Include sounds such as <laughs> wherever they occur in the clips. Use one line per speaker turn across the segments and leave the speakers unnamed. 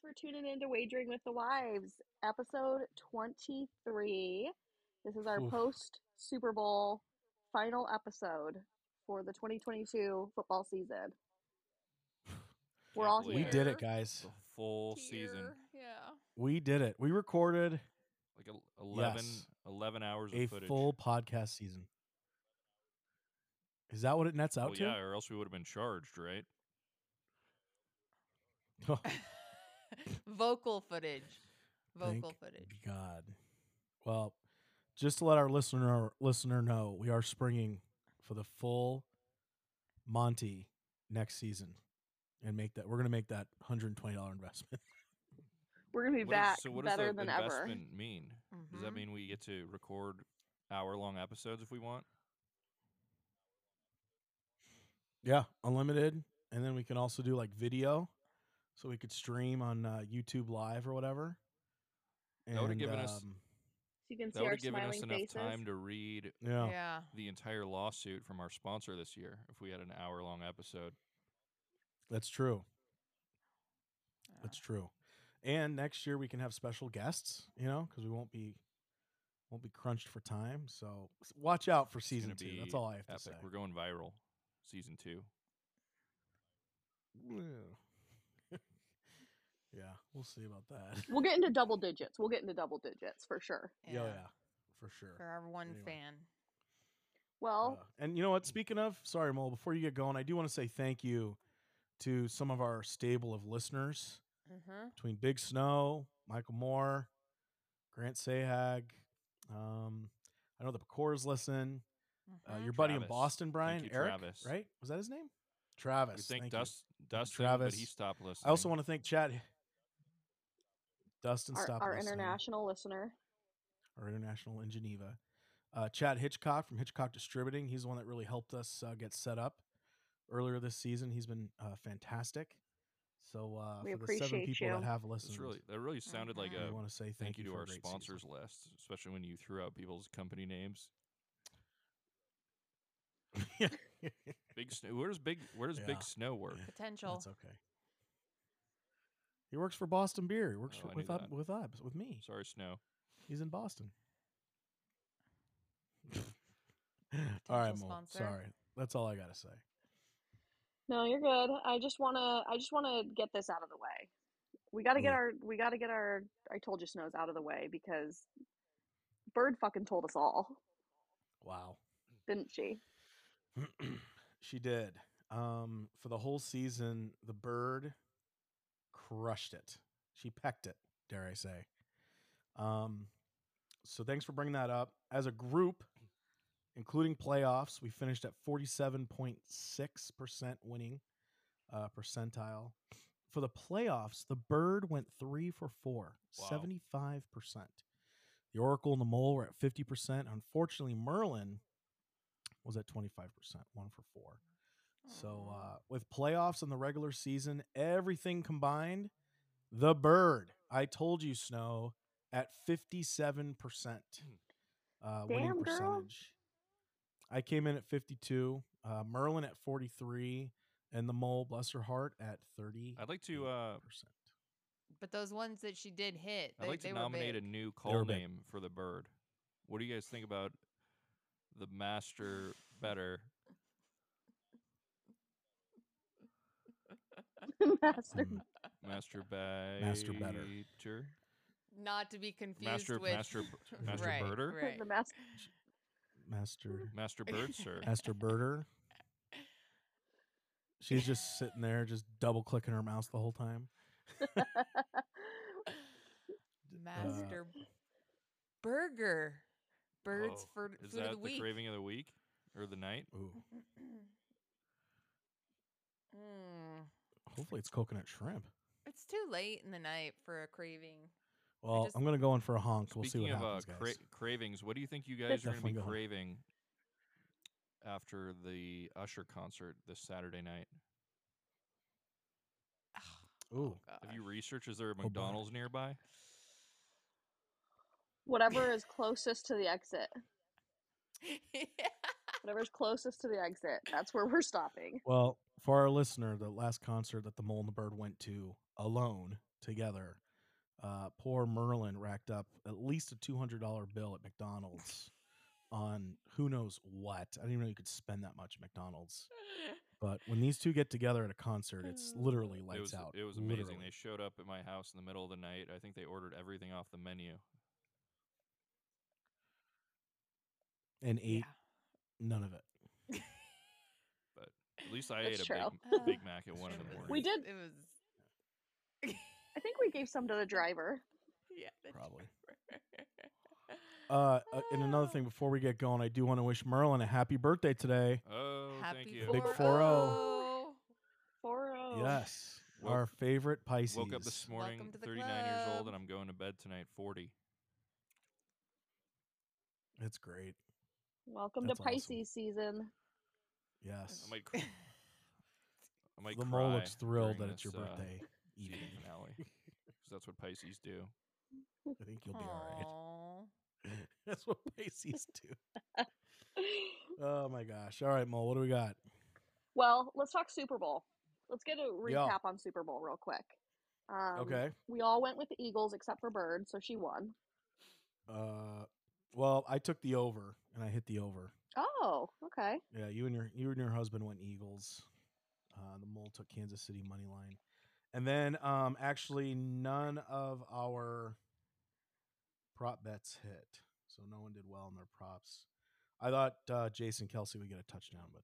for tuning in to Wagering with the Wives, episode 23. This is our
Oof.
post Super Bowl final episode for the 2022 football
<sighs>
season. We're
Can't
all
believe
We
here.
did it, guys.
The full season,
tier. Yeah.
We did it. We recorded
like el- 11,
Yes.
11 hours
a
of footage.
full podcast season. Is that what it nets out
well, yeah,
to?
or else we would have been charged, right?
<laughs> Oh, <laughs>
Vocal footage.
thank
<laughs> Vocal footage.
God. Well, just to let our listener listener know, we are springing for the full Monty next season, and make that we're going to make that hundred and twenty dollar investment. <laughs>
We're going to be
What is-
back
so what does
better
the
than ever. Mm-hmm.
investment mean? Does that
Mhm.
mean we get to record hour long episodes if we want?
Yeah, unlimited, and then we can also do like video, so we could stream on uh, YouTube Live or whatever. um,
That would've given us-
So you can see
That would
our
have given us
smiling
enough
faces.
time to read
yeah.
Yeah.
the entire lawsuit from our sponsor this year if we had an hour long episode.
That's true.
yeah.
That's true. And next year we can have special guests, you know, because we won't be won't be crunched for time. So s- watch out for
It's gonna
season two. That's
be
all I have
epic.
to say.
We're going viral, season two.
Yeah. <laughs> yeah, we'll see about that. <laughs>
We'll get into double digits. We'll get into double digits for sure.
Yeah, yeah, for sure.
For our one
Anyway.
fan.
Well,
Uh, and you know what? Speaking of, sorry, Mole, before you get going, I do want to say thank you to some of our stable of listeners
Mm-hmm.
between Big Snow, Michael Moore, Grant Sahag. Um, I know the Pecors listen. Uh, <laughs> your buddy in
Ah, Travis.
Boston, Brian
you,
Eric,
Travis.
right? Was that his name?
We
Travis.
thank
you.
Dust, Dustin, but he
Travis.
stopped listening.
I also want to thank Chad. Dustin
our,
Stop,
our international listener.
our international in Geneva. Uh, Chad Hitchcock from Hitchcock Distributing. He's the one that really helped us uh, get set up earlier this season. He's been uh, fantastic. So uh,
We
for the seven
appreciate
people
you.
that have listened,
It's really, that really sounded like
Mhm.
Mm-hmm.
a
I want to say
thank, you to
for a
our
great season.
sponsors list, especially when you threw out people's company names.
<laughs>
Big Snow. Where does Big Where does
Yeah.
Big Snow work?
Potential.
That's okay. He works for Boston Beer. He works
Oh,
for,
I knew
with up
that.
with us with me.
Sorry, Snow.
He's in Boston. all right,
Potential
Mo.
sponsor.
Sorry, that's all I gotta say.
No, you're good. I just wanna I just wanna get this out of the way. We gotta get
Yeah.
our we gotta get our I told you snows out of the way because Bird fucking told us all,
Wow, <clears throat>
didn't she? <laughs>
she did. Um, for the whole season, the bird crushed it. She pecked it. Dare I say? Um, so thanks for bringing that up. As a group, including playoffs, we finished at forty-seven point six percent winning uh, percentile. For the playoffs, the bird went three for four,
Wow.
75 percent. The Oracle and the Mole were at fifty percent. Unfortunately, Merlin was at twenty-five percent, one for four. So
Aw.
uh, with playoffs and the regular season, everything combined, the bird. I told you, Snow, at fifty-seven percent uh, winning
Damn, girl.
percentage. I came in at fifty-two. Uh, Merlin at forty-three, and the mole, bless her heart, at thirty
I'd like to uh,
percent.
but those ones that she did hit, they,
I'd like
they
to
were
nominate a
big.
new
were
call
big.
name for the bird. What do you guys think about the master better?
Master
Hmm.
<laughs>
Master Baiter?
Better.
not to be confused
Master
with <laughs>
Master B- Master
right,
Birder?
Mm. Right.
the master
<laughs>
Master
<laughs>
Master Bird, sir.
Master Birder. She's just sitting there, just double clicking her mouse the whole time. Uh,
Master Burger. Birds
Oh,
for
Is
food
that
of the week. <clears throat>
craving of the week or the night?
Ooh,
Mm.
hopefully it's coconut shrimp.
It's too late in the night for a craving.
Well,
just-
I'm gonna go in for a honk. we'll see
Speaking
what
of
happens,
uh,
guys.
cra- cravings, what do you think you guys are going to
Definitely
be
going.
craving after the Usher concert this Saturday night?
Ooh,
Have you
gosh.
researched? Is there a
Oh, boy.
McDonald's nearby?
<laughs>
whatever is closest to the exit.
Yeah.
Whatever's closest to the exit, that's where we're stopping.
Well, for our listener, the last concert that the mole and the bird went to alone together, uh, poor Merlin racked up at least a two hundred dollar bill at McDonald's on who knows what. I didn't even know you could spend that much at McDonald's. But when these two get together at a concert, it's literally lights
it was
out.
it was amazing.
literally.
They showed up at my house in the middle of the night. I think they ordered everything off the menu.
and
Yeah.
ate none of it.
At least I
That's
ate a
true.
big, Big
Uh,
Mac at one in
<laughs>
the
It was-
morning.
We did-
It was. <laughs>
I think we gave some to the driver.
Yeah. that's <laughs>
Probably.
right.
Uh, uh, and another thing
Ah.
before we get going, I do want to wish Merlin a happy birthday today.
Oh, thank
Happy
you.
Big
4-0.
4-0.
Four oh.
Yes,
Woke-
our favorite Pisces.
Woke up this morning,
Welcome to the
39 years old,
club.
and I'm going to bed tonight, 40.
That's great.
Welcome
That's
to
awesome.
Pisces season. <laughs>
Yes,
<laughs>
I might, cr- I might
the
cry
mole looks thrilled that
during
it's your
this, uh,
birthday
season
evening. <laughs>
finale, 'cause that's what Pisces do.
I think you'll be all
Aw.
right. <laughs> That's what Pisces do. Oh my gosh! All right, mole. What do we got?
Well, let's talk Super Bowl. Let's get a recap
Yeah.
on Super Bowl real quick. Um,
okay.
We all went with the Eagles except for Bird, so she won.
Uh, well, I took the over and I hit the over.
Oh, okay.
Yeah, you and your you and your husband went Eagles. Uh, the mole took Kansas City money line, and then um, actually none of our prop bets hit, so no one did well in their props. I thought uh, Jason Kelsey would get a touchdown, but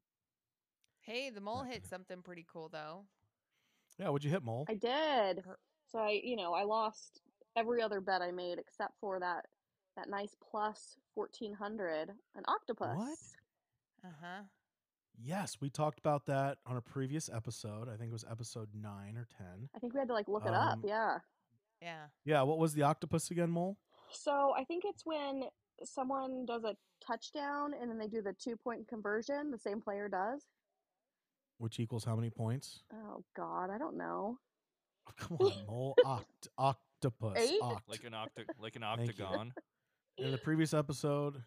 Hey, the mole
Not
hit
gonna-
something pretty cool though.
yeah, would you hit mole?
I did.
Her-
So I, you know, I lost every other bet I made except for that that nice plus 1400 an octopus.
What?
Uh huh.
Yes, we talked about that on a previous episode. I think it was episode nine or ten.
I think we had to like look it up.
Um,
Yeah.
Yeah.
Yeah, what was the octopus again, mole?
So I think it's when someone does a touchdown and then they do the two point conversion, the same player does.
Which equals how many points? <laughs>
Oh God, I don't know.
Oh, come
<laughs>
on, mole. Oct, octopus.
Eight?
Oct.
Like an octa- like an
Thank you.
octagon.
in the previous episode,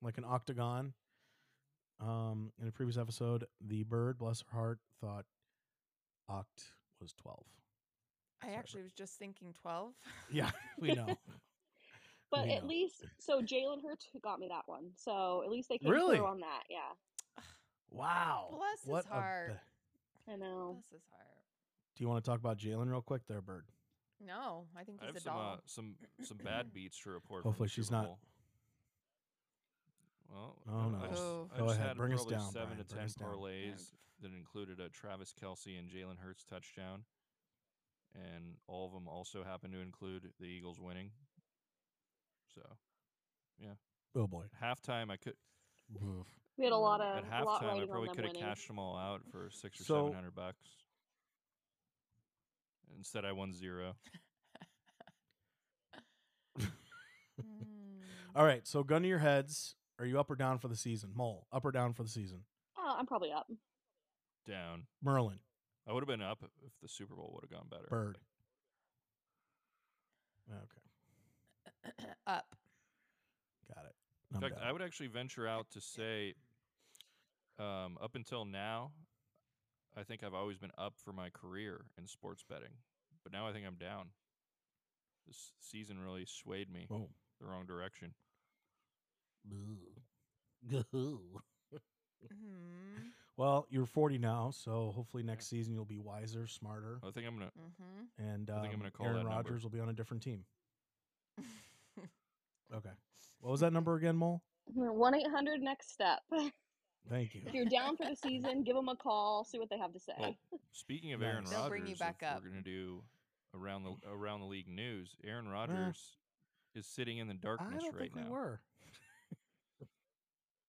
like an octagon, um, in a previous episode, the bird, bless her heart, thought oct was twelve. <laughs>
I
Sorry.
actually was just thinking 12.
<laughs>
<laughs>
Yeah, we know.
But
We
at
know.
least so Jalen Hurts got me that one. So at least they came
Really?
through on that. Yeah,
Wow.
Bless his
a
heart.
ba-
I know.
Bless his heart.
Do you want to talk about Jalen real quick, there, bird?
No, I think
I
he's
have
a
some,
doll.
uh, some some
<clears throat>
bad beats to report. from
Hopefully
the
she's
Super
not-
Bowl. Well,
Oh,
I-
no.
I just,
Oh.
I
Go
just
ahead,
had
bring us
probably
down,
seven
Brian,
to
bring
ten
us down.
parlays that included a Travis Kelsey and Jalen Hurts touchdown, and all of them also happened to include the Eagles winning. So
Oh boy.
halftime, I could
Oof.
We had a lot of
Mm, at
a lot
halftime I
riding on
probably
them
could have
winning.
cashed them all out for six or
So-
seven hundred bucks. Instead, I won zero.
Mm.
All right. So, gun to your heads. Are you up or down for the season, mole? Up or down for the season,
Oh, I'm probably up.
Down.
Merlin,
I would have been up if the Super Bowl would have gone better.
bird. Okay,
<clears throat> Up.
got it.
In
I'm
fact,
down.
I would actually venture out to say, um, up until now, I think I've always been up for my career in sports betting, but now I think I'm down. This season really swayed me
Whoa.
the wrong direction. <laughs>
Mm-hmm.
Well, you're 40 now, so hopefully next season you'll be wiser, smarter,
I think
<laughs>
I'm gonna.
Mm-hmm. <laughs>
and
Oh, I think
um,
I'm gonna call
Aaron
that number.
Rodgers will be on a different team. Okay. What
<laughs>
was that number again, Mole?
Mm, One eight hundred next step. <laughs>
Thank you.
if you're down for the season, give them a call. See what they have to say.
Well, speaking of Aaron
Nice.
Rodgers,
They'll bring you
if
back up.
we're gonna do around the around the league news. Aaron Rodgers is sitting in the
Eh. I
darkness
don't
right
think
now.
we were.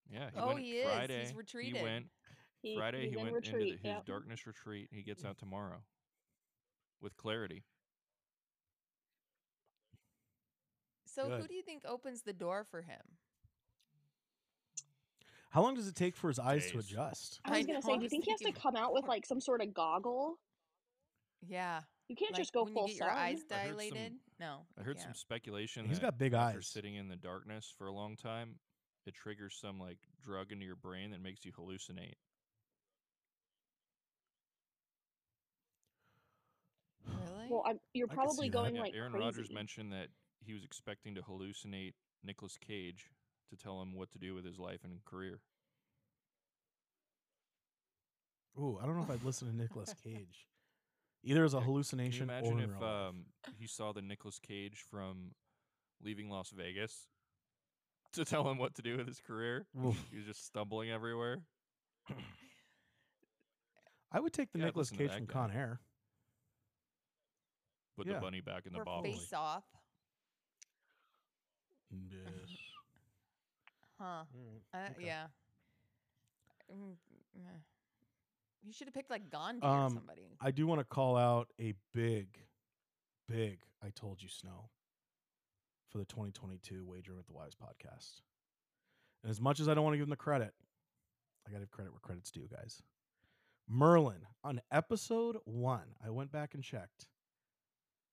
Yeah, he
Oh,
went
he is. He's
Friday.
retreated.
He went
He-
Friday
he's
he
in
went
retreat.
into the, his
yep.
darkness retreat. He gets out tomorrow with clarity.
So who
Good.
do you think opens the door for him?
How long does it take for his eyes to
Days.
adjust?
I was
I
gonna
know,
say,
I
do you
was
think he has to
thinking-
come out with like some sort of goggle?
Yeah.
You can't
like
just go
when
full
you get your
sun.
eyes
I heard some-
dilated? no.
I
you
heard some
can't.
speculation
He's
that
got big
after
eyes.
sitting in the darkness for a long time, it triggers some like drug into your brain that makes you hallucinate.
Really?
Well, I'm, you're
I could
probably
see that.
going
Yeah,
like
Aaron
crazy.
Rodgers mentioned that he was expecting to hallucinate Nicolas Cage to tell him what to do with his life and career.
<sighs> Ooh, I don't know if I'd listen to <laughs> Nicolas Cage. Either as a
Yeah, Can you
hallucination
imagine
or in
if
real life.
um, he saw the Nicolas Cage from leaving Las Vegas to tell him what to do with his career?
Oof.
He was just stumbling everywhere.
I would take the
Yeah, I'd
Nicolas
listen to
Cage
that
from
guy.
Con
<laughs>
Air.
Put
Yeah.
the bunny back in the
Or
bottle.
face off. Huh.
Hmm.
Uh,
Okay.
Yeah. Mm, eh. You should have picked like Gandhi
Um,
or somebody.
I do want to call out a big, big I told you snow for the 2022 Wagering with the Wives podcast. And as much as I don't want to give them the credit, I got to give credit where credit's due, guys. Merlin on episode one, I went back and checked,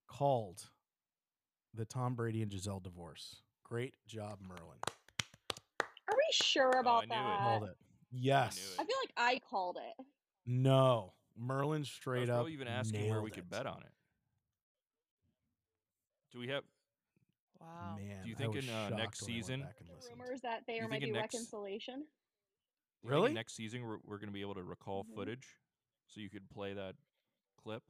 called the Tom Brady and Giselle divorce. Great job, Merlin.
Are we sure about
Oh, I knew it.
that?
<laughs>
Called it. Yes.
it.
I feel like I called it.
No. Merlin
I was
straight up.
probably even asking where we
nailed
could
it.
bet on it. Do we have?
Oh.
wow. <laughs>
Man,
Do you
I
think
was
in, uh,
shocked
next
when I went
season-
back and listened.
Rumors that
You
there might
think
be
in next-
reconciliation.
do you think in
Really?
Next season, we're, we're going to be able to recall
Mm-hmm.
Mhm.
footage, so you could play that clip.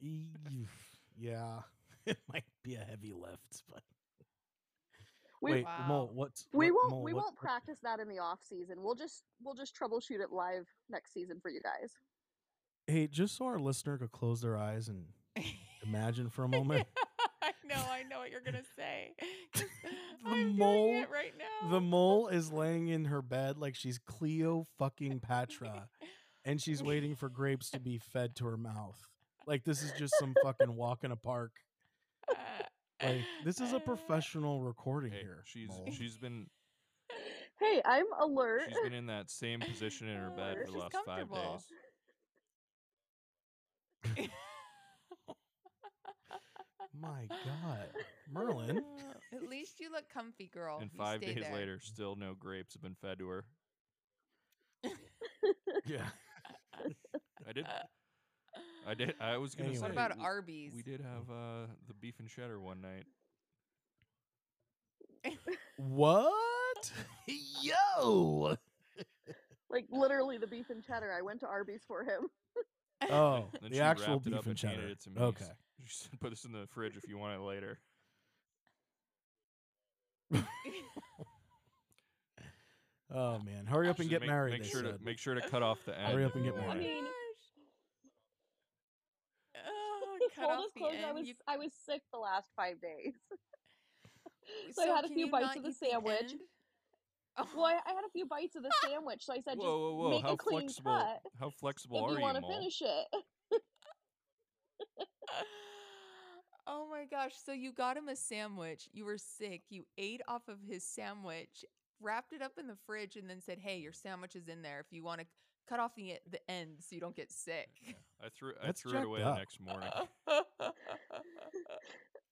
Eef. yeah, <laughs> it might be a heavy lift, but
We
wait,
Wow.
Mo, what's
we
what-
won't
Mo,
we
what-
won't practice that in the off season. We'll just we'll just troubleshoot it live next season for you guys.
Hey, just so our listener could close their eyes and imagine
<laughs>
for a moment
I know, I know what you're gonna say.
<laughs>
'cause
The
I'm
mole-
doing it right now.
the
<laughs>
mole is laying in her bed like she's Cleo fucking Patra, and she's waiting for grapes to be fed to her mouth. Like this is just some fucking walk in a park.
Uh,
Like
<laughs>
this is a
<laughs>
professional recording
Hey,
here.
she's
Mole.
she's been
Hey, I'm alert.
she's been in that same position in her
Oh,
bed for the
she's
last five
comfortable.
days.
My God, Merlin.
<laughs>
At least you look comfy, girl.
and
Oh, You
five
stay
days
there.
later, still no grapes have been fed to her.
Yeah.
I did. I did.
<laughs>
I was gonna
Anyway.
say.
What about
w-
Arby's? <laughs>
We did have uh, the beef and cheddar one night. <laughs>
What? Oh, Yo.
like literally the beef and cheddar. I went to Arby's for him.
<laughs>
<laughs>
Oh,
Then
the
she
actual
wrapped it
beef
up
and
handed
cheddar.
It to me.
Okay.
She said, "Put this in the fridge if you want it later."
Oh man, hurry up
She
and
said,
get
make,
married.
Make
they
sure <laughs>
said.
to make sure to cut off the end.
Hurry up and get
if you
Oh my
want it.
married.
mean-
gosh.
<laughs>
Oh, cut
Full
off the
disclosure, I
end.
was
You-
I was sick the last five days. <laughs> so,
so
I had a
can
few
you
bites
not
of the
eat
sandwich.
end?
<laughs>
Oh, <laughs>
well, I, I had a few bites of the sandwich, so I said,
Whoa, whoa, whoa!
"Just make
how
a clean
flexible?
cut
How flexible
if
are
you want to
Mole?
finish
<laughs>
it."
oh my gosh. So you got him a sandwich. You were sick. You ate off of his sandwich, wrapped it up in the fridge, and then said, Hey, your sandwich is in there if you want to cut off the, e- the end so you don't
<laughs>
get sick. <laughs>
Yeah, I threw I
That's
threw it
jacked
away
up.
the next morning.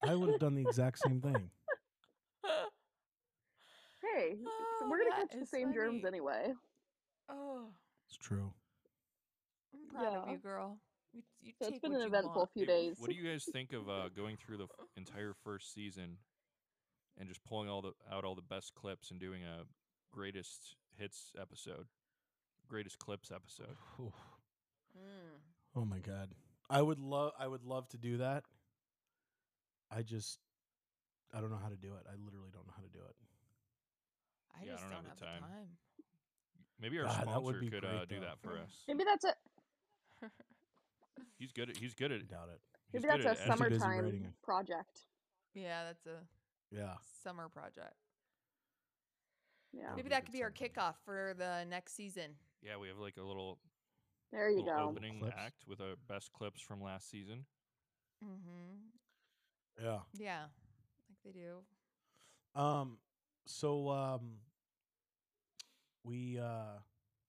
I would have done the exact same thing.
Hey, so
Oh,
we're gonna catch
that
the
is
same germs
funny.
anyway.
oh,
It's true.
I'm proud of
Yeah.
you, girl. You, you
So
take
it's been
what
an
you
eventful
want.
few
Hey,
days.
What do you
<laughs>
guys think of uh, going through the f- entire first season and just pulling all the out all the best clips and doing a greatest hits episode, greatest clips episode?
Oof.
Mm.
Oh my god, I would love, I would love to do that. I just, I don't know how to do it. I literally don't know how to do it.
I
Yeah, I
just
don't
don't,
have the
have
time.
The time.
Maybe our
God, that would
sponsor
be
could
great,
uh,
though.
do that
<laughs>
for us.
Maybe that's a
He's good. At, he's good at.
I doubt it.
He's
maybe that's
good at
a
editing.
summer- busy writing
summertime
it.
project.
yeah, that's a
Yeah.
summer project.
Yeah,
That'd
Maybe
be a
that
good
could be our
summer
kickoff for the next season.
Yeah, we have like a little,
there you
little
go.
opening
Clips.
act with our best clips from last season.
Mm-hmm.
Yeah.
Yeah, like they do.
Um. So um. We uh,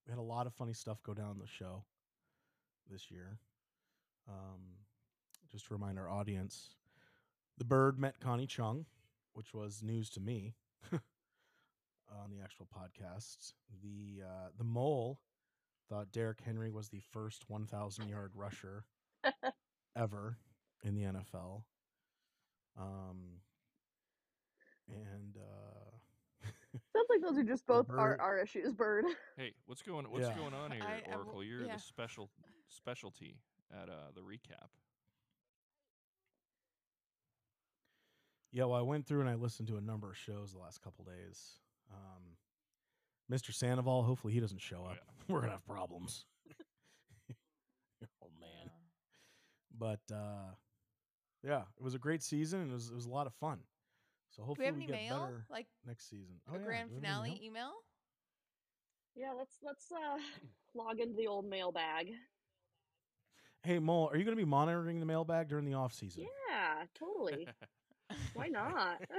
we had a lot of funny stuff go down the show this year. Um, just to remind our audience, the bird met Connie Chung, which was news to me <laughs> on the actual podcast, the uh, the mole thought Derrick Henry was the first 1,000 yard rusher ever in the NFL. Um, and uh, <laughs>
Sounds like those are just both our,
Bird.
our issues, Bird.
Hey, what's going what's
Yeah.
going on here,
I- I will-
Oracle? You're
yeah.
the special specialty at uh, the recap.
yeah, well, I went through and I listened to a number of shows the last couple days. Um, Mr. Sandoval, hopefully he doesn't show
Oh,
up. <laughs> We're gonna have problems.
<laughs>
oh
Uh,
man. but uh yeah it was a great season and it was, it was a lot of fun so
Do we
hopefully
have
we,
any
get
mail?
better
Like
next season Oh,
a
yeah,
grand
do we have any
finale e
mail?
email?
Yeah, let's let's uh log into the old mailbag.
hey mole are you going to be monitoring the mailbag during the off season
Yeah,
<laughs>
totally. Why not? <laughs>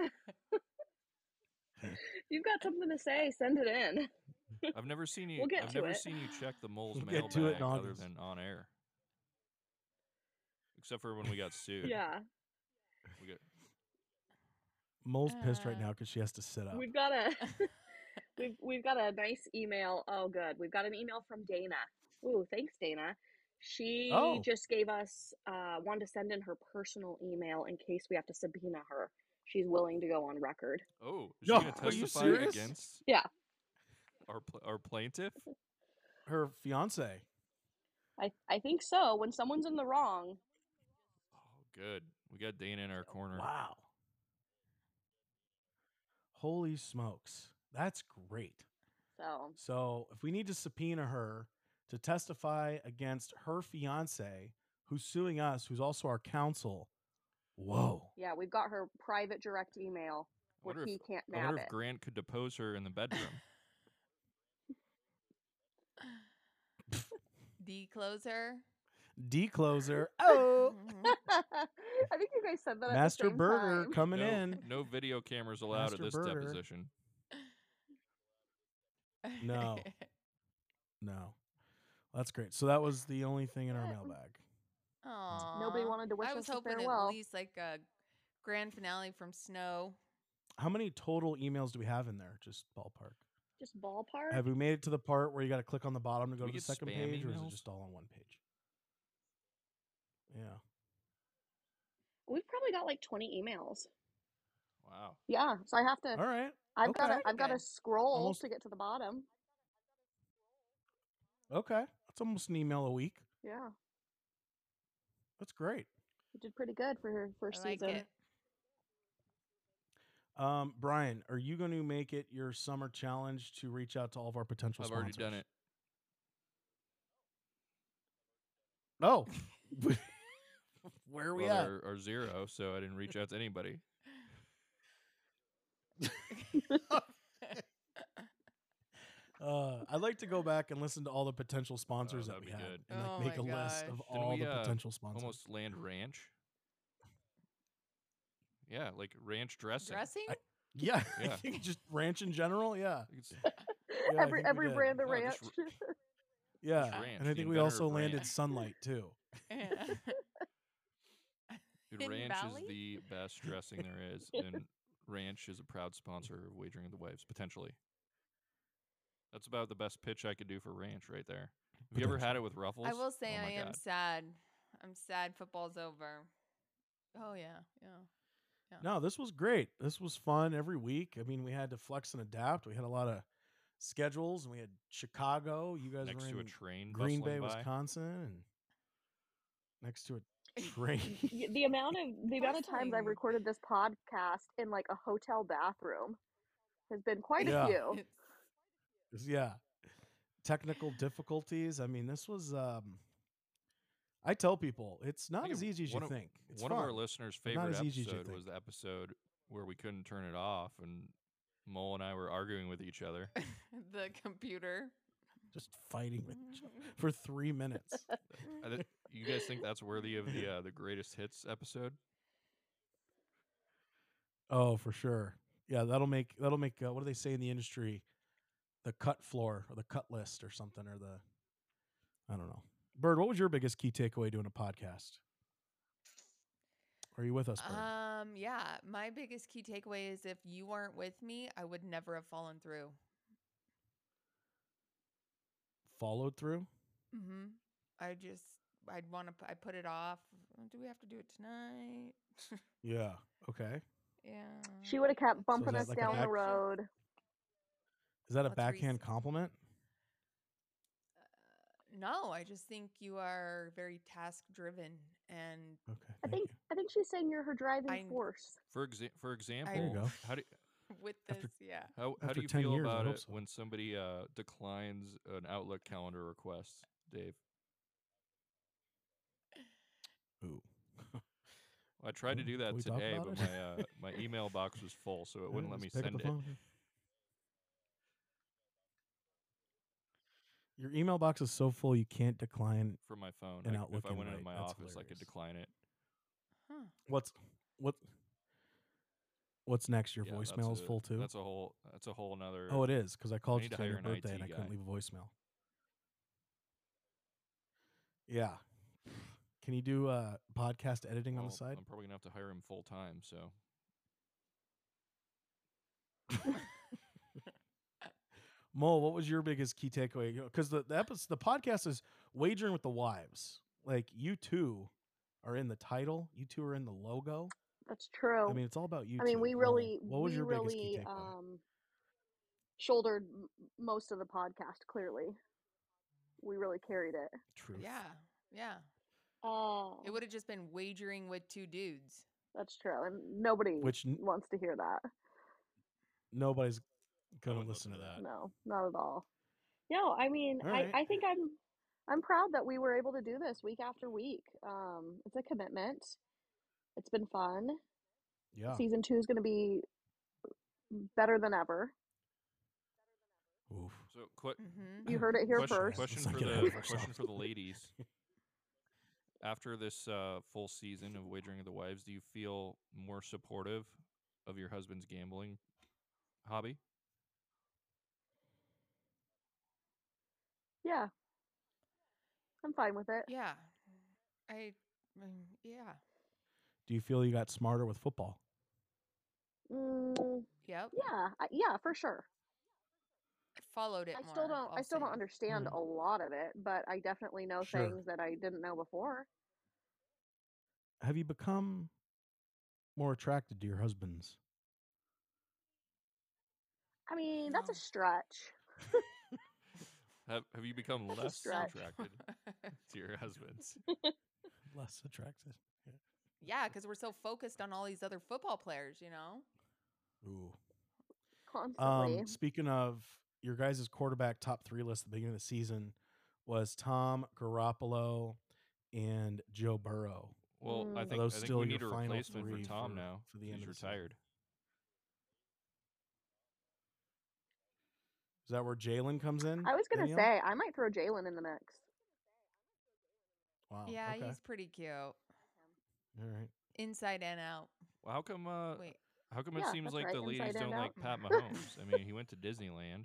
You've got something to say, send it in.
I've never seen you.
We'll get
I've
to
never
it.
seen you check the mole's
We'll get
mailbag
to it in
other
August.
than on air, except for when we got sued.
Yeah.
We got,
mole's pissed right
Uh,
now because she has to sit up
We've got a <laughs> we've we've got a nice email. Oh good. We've got an email from Dana. Ooh, thanks Dana. She
Oh.
just gave us uh wanted to send in her personal email in case we have to subpoena her. She's willing to go on record.
oh, is
No,
she
are
gonna
you
testify
serious?
against?
Yeah.
Our pl-
<laughs>
our plaintiff. Oh,
her fiance
I I think so. When someone's in the wrong,
Oh, good. We got Dana in our corner.
wow holy smokes that's great
so
so if we need to subpoena her to testify against her fiance who's suing us who's also our counsel whoa
yeah, we've got her private direct email
I wonder
where
if
he can't
I
nab
wonder if
it.
Grant could depose her in the bedroom.
<laughs>
<laughs> D closer.
<laughs>
decloser oh
<laughs> I think you guys said that. at
Master
the same
Burger
time.
coming
no,
in.
no video cameras allowed
Master
at this
Birder.
deposition.
Mm-hmm. <laughs>
No. No. That's great. So that was the only thing in our
<laughs> Yeah.
mailbag.
Nobody
Aw.
wanted to wish
I was
us a
hoping
farewell.
at least like a grand finale from Snow.
How many total emails do we have in there? Just ballpark.
Just ballpark.
Have we made it to the part where you got to click on the bottom to
Do
go
we
to the
get
second
spam
page, or is
emails?
it just all on one page? Yeah.
We've probably got like twenty emails.
Wow.
Yeah, so I have to.
Uh,
All right.
I've got to.
okay.
I've got to
Good.
scroll
Almost-
to get to the bottom.
Okay. That's almost an email a week.
Yeah,
That's great.
we did pretty good for her first
I like
season. <laughs>
it.
Um, Brian, are you going to make it your summer challenge to reach out to all of our potential
I've already done
sponsors?
it.
Oh.
<laughs>
where are we
Well,
at?
there are zero, so I didn't reach out to anybody.
Uh, I'd like to go back and listen to all the potential sponsors that
Oh, that'd
we
be
had
good.
and like
Oh
make a
my
list of
gosh.
Didn't
all
we,
the
uh,
potential sponsors.
Almost
<laughs>
land ranch. Yeah, like ranch dressing.
Dressing?
Yeah, I
Yeah.
think <laughs> just ranch in general. Yeah,
I think <laughs>
<laughs>
it's-
Yeah, I
every
think we
every
did.
brand of
No,
ranch.
just
<laughs>
r-
yeah, and
ranch,
I
the
think we
inventor
also
of
landed
ranch.
sunlight too.
<laughs>
<laughs>
dude,
Hidden
ranch
Valley?
is the best dressing
<laughs>
there is, and ranch is a proud sponsor of Wagering of the Waves potentially. That's about the best pitch I could do for ranch right there. Have you ever had it with Ruffles?
I will say
Oh
I
my
am
God.
sad. I'm sad football's over. Oh yeah, yeah.
No, this was great. This was fun every week. I mean, we had to flex and adapt. We had a lot of schedules, and we had Chicago. You guys
next
were
to a
in
train.
Green Bay,
bustling by.
Wisconsin, and next to a
<laughs>
train.
<laughs> Y- The amount of the amount of times I've
Bustling.
recorded this podcast in like a hotel bathroom has been quite
Yeah.
a few.
It's-
<laughs> yeah technical difficulties i mean this was um i tell people it's not
think
as
of
easy as you
one of-
think it's
One
fun.
of our listeners'
but not
favorite
as easy as you
episode
think.
was the episode where we couldn't turn it off, and Mole and I were arguing with each other.
<laughs> the computer.
just fighting with each
Mm.
other for three minutes
I thi- you guys think that's worthy of the uh, the greatest hits episode?
oh for sure yeah that'll make that'll make uh, what do they say in the industry the cut floor or the cut list or something or the i don't know bird what was your biggest key takeaway doing a podcast Are you with us, Bird?
Um, yeah, my biggest key takeaway is if you weren't with me, I would never have fallen through.
Followed through?
Mm-hmm. I just, I'd want to, I put it off. "Mm, Do we have to do it tonight?
Yeah. Okay.
Yeah.
She would have kept bumping
that
us
like a
down the
back-
road.
Is that a
Let's
backhand
reset.
compliment?
No, I just think you are very task driven and <laughs>
Okay.
I
thank
think I think she's saying you're her driving
I-
force.
For exa- for
you. There you
example,
go.
how do
with this,
After-
yeah.
how, how
After
do you
10
feel
years, I
about
hope
it
so.
when somebody uh, declines an Outlook calendar request, Dave?
Ooh. <laughs>
I tried to
Oh,
do that
we talk
today,
about
but
it?
my uh,
<laughs>
my email box was full, so it wouldn't let me
Just pick up
send
the
it.
phone. Your email box is so full you can't decline.
from my phone.
An
I-
Outlook
if I went
invite,
into my
that's
office, I could
hilarious.
decline it.
Huh.
What's what? What's next? Your
Yeah, that's
voicemail is
a-
full too.
That's a whole. That's a whole another.
oh, it is because I called
need
you
to
today on your
hire an IT
birthday and I
guy.
couldn't leave a voicemail. Yeah. Can you do uh, podcast editing on the
well,
side?
I'm probably gonna have to hire him full time. So
Mo, what was your biggest key takeaway? Because the the, episode, the podcast is wagering with the wives. Like you two are in the title. You two are in the logo.
That's true.
I mean, it's all about you.
I mean,
two.
we
Mo,
really,
What was
we
your biggest key
really
takeaway?
um, shouldered m- most of the podcast. Clearly, we really carried it.
Truth.
Yeah. Yeah.
Oh,
It would have just been wagering with two dudes.
that's true, and nobody
Which n-
wants to hear that.
nobody's gonna
wouldn't
listen to
listen to
that.
No, not at all. Uh, No, I mean,
All right.
I, I think I'm, I'm proud that we were able to do this week after week. Um, it's a commitment. It's been fun.
Yeah.
Season two is going to be better than ever.
Oof.
so qu-
Mm-hmm.
You heard it here
question,
first.
question
Let's
for
not get
the
ahead of
question
ourselves.
for the ladies. After this uh, full season of wagering of the wives, do you feel more supportive of your husband's gambling hobby?
Yeah, I'm fine with it.
Yeah. I, mm, yeah.
Do you feel you got smarter with football?
Mm,
Yep.
yeah, I, yeah, for sure.
I followed it
I
more.
still don't. I
I'll
still don't
say.
understand
Mm.
a lot of it, but I definitely know
Sure.
things that I didn't know before.
Have you become more attracted to your husbands?
I mean, that's
No.
a stretch.
Have Have you become
That's a
less
stretch. <laughs>
attracted to your husbands?
Less attracted.
<laughs> yeah, because we're so focused on all these other football players, you know?
Ooh.
Constantly.
Um, speaking of your guys' quarterback top three list at the beginning of the season was Tom Garoppolo and Joe Burrow.
Well, I
Mm.
think, I
Those
think
still your
we need a
final
replacement
three
for Tom
for-
now.
for the end
He's
of the season.
retired.
Is that where Jalen comes in?
I was gonna
Danielle?
say I might throw Jalen in the mix.
Wow.
yeah,
Oh, okay.
he's pretty cute.
All right.
Inside and out.
Well, how come? Uh,
Wait.
how come
Yeah,
it seems
that's
like
right,
the ladies
inside and
don't like
<laughs>
out.
Pat Mahomes? I mean, he went to Disneyland.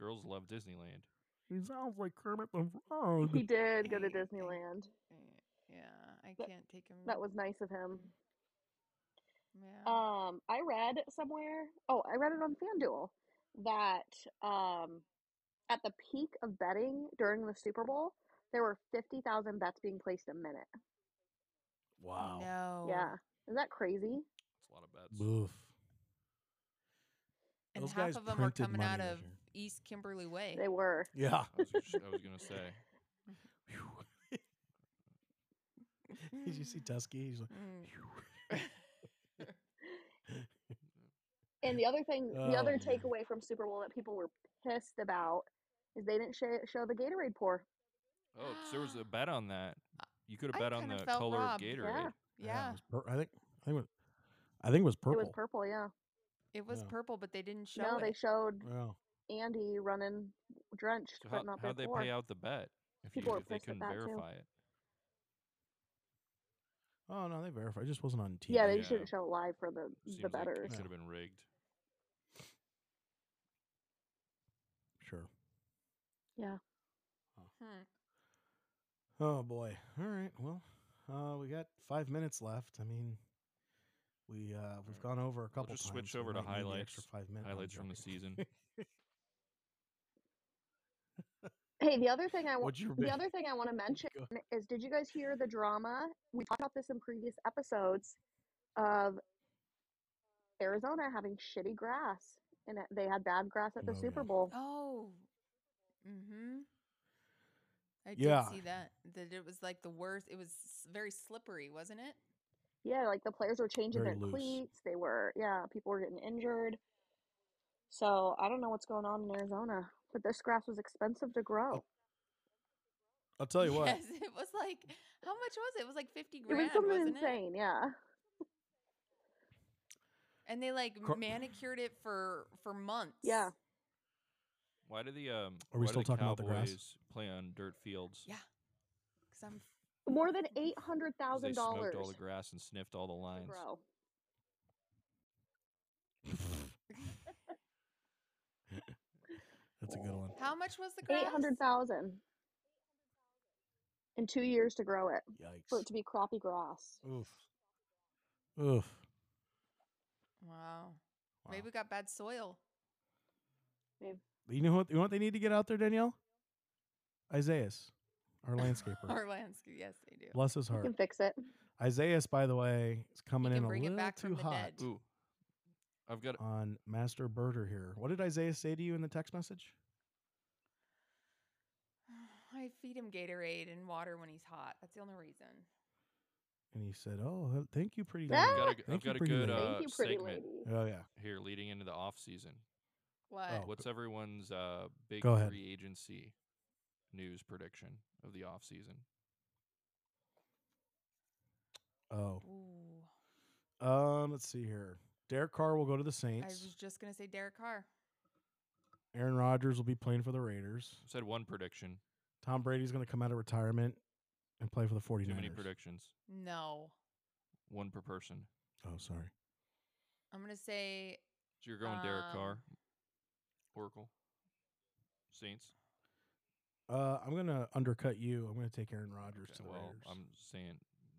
Girls love Disneyland.
He sounds like Kermit the Frog.
He did go to
Okay.
Disneyland.
eh, Yeah, I
That-
can't take him.
That was nice of him.
Yeah.
Um, I read somewhere. Oh, I read it on FanDuel that um, at the peak of betting during the Super Bowl, there were fifty thousand bets being placed a minute.
Wow.
No.
Yeah, is that crazy?
It's a lot of bets.
Boof.
And
Those
half
guys
of them are
printed
coming out
money this
of
year.
East Kimberly Way.
They were.
<laughs>
Yeah.
I was, just, I was gonna say.
Phew. Did you see Tusky? He's like,
Mm.
phew.
And the other thing, the
Oh,
other
man.
takeaway from Super Bowl that people were pissed about is they didn't sh- show the Gatorade pour.
Oh, so there was a bet
<gasps>
on that. You could have
I
bet on
kinda
the
felt
color
robbed.
of
Yeah.
Gatorade.
yeah,
it was pur- I think. I think. It was, I think it was purple.
It was purple, yeah.
it was
Yeah.
purple, but they didn't show
no,
it.
they showed
Yeah.
Andy running drenched,
So how,
but not
how'd they
before.
pay out the bet if, you,
People were
if they
pissed at
couldn't
that, too.
verify it?
Oh no, they verified. It just wasn't on TV.
yeah, they
Yeah.
shouldn't show it live for the
Seems
the
like
betters.
it could have been rigged.
Sure.
Yeah.
Hmm.
Oh boy. All right. Well, Uh, we got five minutes left. I mean, we uh, we've
Alright.
gone over a couple.
just
times,
switch
so we
over to
might need the Extra
highlights-
five minutes.
highlights from the season.
<laughs>
Hey, the other thing I want
What's your
the
big- <laughs>
other thing I want to mention
Go.
is did you guys hear the drama? We talked about this in previous episodes of Arizona having shitty grass and that they had bad grass at the
Oh,
Super
yeah.
Bowl.
Oh. Mm-hmm. I
Yeah.
did see that. That it was like the worst. It was s- very slippery, wasn't it?
Yeah, like the players were changing
Very
their
loose.
cleats. They were, yeah, people were getting injured. So I don't know what's going on in Arizona, but this grass was expensive
Oh,
to grow.
I'll tell you
<laughs>
what.
Yes, it was like how much was it? It was like fifty
It
grand,
was something
wasn't it?
insane, yeah.
And they like
Cor-
manicured it for for months.
Yeah.
Why do the um?
Are we
why do
still
the
talking about the
Cowboys
grass?
Play on dirt fields.
Yeah. Cause I'm
More than
'Cause
$800,000
They smoked all the
to
grass and sniffed all the lines.
grow.
That's a good one.
how much was the grass?
800,000 in two years to grow it for
Yikes.
it to be crappy grass.
Oof. Oof.
Wow.
Wow.
Maybe we got bad soil.
You know what? You know what they need to get out there, Danielle? Isaiah's,
<laughs>
our landscaper.
Or landscape. Yes, they do.
Bless his
You can
heart.
fix it.
Isaiah's, by the way, is coming
He
in
can
a
bring it
little
back
too
from the
hot
dead.
Ooh, I've got.
on Master Birder here. What did Isaiah say to you in the text message?
<sighs> I feed him Gatorade and water when he's hot. That's the only reason.
And he said, "Oh, uh, thank you, pretty lady."
Ah!
I've got a,
Thank
I've
you,
got a
pretty
good
lady.
uh,
Thank you, pretty
segment
lady.
Oh yeah.
here leading into the off season.
What?
Oh.
What's everyone's uh, big
Go ahead.
free agency news prediction of the off season?
Oh.
Ooh.
Um. Let's see here. Derek Carr will go to the
I
Saints.
was just gonna say Derek Carr.
Aaron Rodgers will be playing for the Raiders.
I said one prediction.
Tom Brady's going to come out of retirement and play for the 49ers.
Too many predictions.
No.
One per person.
Oh, sorry.
I'm gonna say
So you're going Derek Carr,
Um,
Oracle, Saints.
Uh, I'm going to undercut you. I'm going to take Aaron Rodgers
Okay,
to the
well,
Raiders.
I'm saying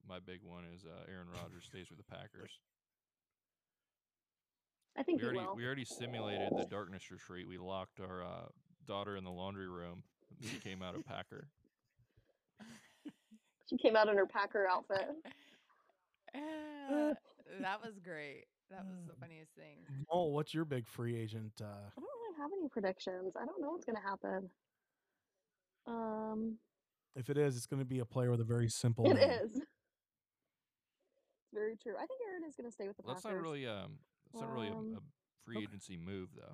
my big one is uh, <laughs> Aaron Rodgers stays with
<laughs>
the Packers.
I think
we
you
already
will.
we already simulated the darkness retreat. We locked our uh, daughter in the laundry room. and She came out
<laughs>
a Packer.
She came out in her Packer outfit.
<laughs> Uh, that was great. That was the
Um,
funniest thing.
Oh, what's your big free agent? Uh,
I don't really have any predictions. I don't know what's going to happen. Um,
if it is, it's going to be a player with a very simple.
it
name.
is. It's very true. I think Aaron is going to stay with the
That's
Packers.
not really um that's not really a, a
Um,
free
okay.
agency move though.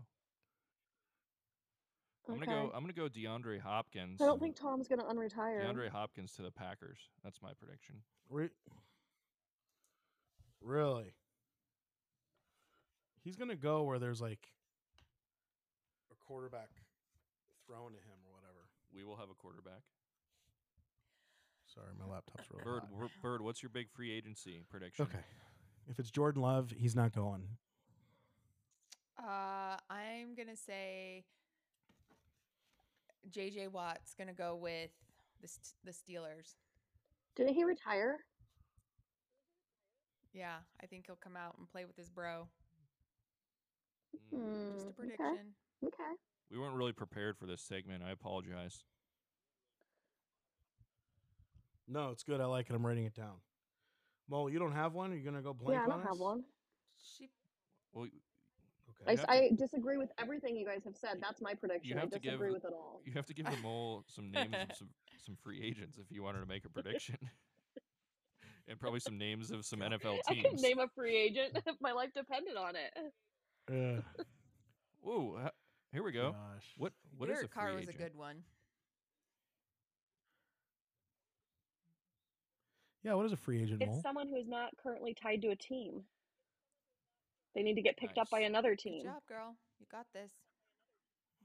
I'm
okay.
gonna go um, I'm gonna go DeAndre Hopkins.
I don't think Tom's going to unretire.
DeAndre Hopkins to the Packers. That's my prediction.
Re- really? He's going to go where there's like a quarterback thrown to him or whatever.
We will have a quarterback.
Sorry, my laptop's really
Bird,
hot.
wor- Bird, what's your big free agency prediction?
Okay. If it's Jordan Love, he's not going.
Uh, I'm gonna say J.J. Watt's gonna go with the St- the Steelers.
Didn't he retire?
Yeah, I think he'll come out and play with his bro.
Mm,
Just a
Hmm, okay,
prediction.
Okay.
We weren't really prepared for this segment. I apologize.
No, it's good. I like it. I'm writing it down. Mo, you don't have one? Are you going to go blank
yeah, I
on
don't have
us?
one.
She
Well, y-
I,
Okay.
You
s-
have to-
I disagree with everything you guys have said. That's my prediction. I
have to give
disagree with it all.
you have to give the mole some names
<laughs>
of some, some free agents if you wanted to make a prediction, <laughs> and probably some names of some NFL
I could
teams.
name a free agent <laughs> if my life depended on it.
Yeah.
Whoa, h- here we go.
Gosh.
What what is
Derek
a free
Carr was
agent?
a good one.
Yeah, what is a free agent, Mo?
It's someone who's not currently tied to a team. They need to get picked up by
Nice.
another
Good
team.
job, girl. You got this.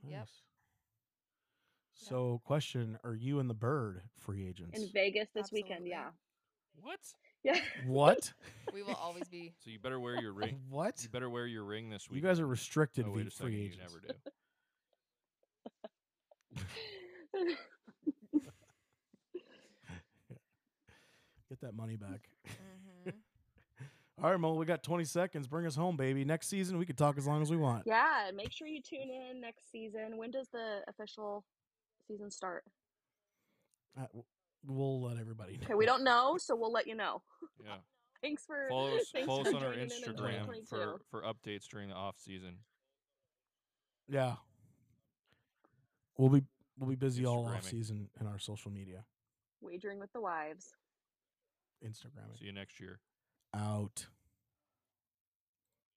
Yep.
Nice.
Yeah.
So, question: Are you and the bird free agents?
<laughs>
In Vegas this weekend,
Absolutely.
yeah.
What?
Yeah.
<laughs>
what?
We will always be.
So you better
<laughs>
wear your ring.
what?
You better wear your ring this
You
week.
guys are restricted
oh,
via
wait a second,
free
you
agents.
never do. <laughs>
<laughs>
Get Get that money
<laughs>
back. <laughs>
Mhm.
All right, Mo, we got 20 seconds. Bring us home, baby. Next season, we could talk as long
<laughs>
as we want.
Yeah, make sure you tune in next season. When does the official season start?
Uh, w- we'll let everybody know.
Okay, we don't know, so we'll let you know.
Yeah.
<laughs> Thanks for
Follow us,
<laughs> thanks
follow
for
us on our
joining in in
Instagram
2022.
for, for updates during the off season.
Yeah. We'll be we'll be busy all
Instagramming.
off season in our social media.
wagering with the wives.
Instagram
See you next year.
out.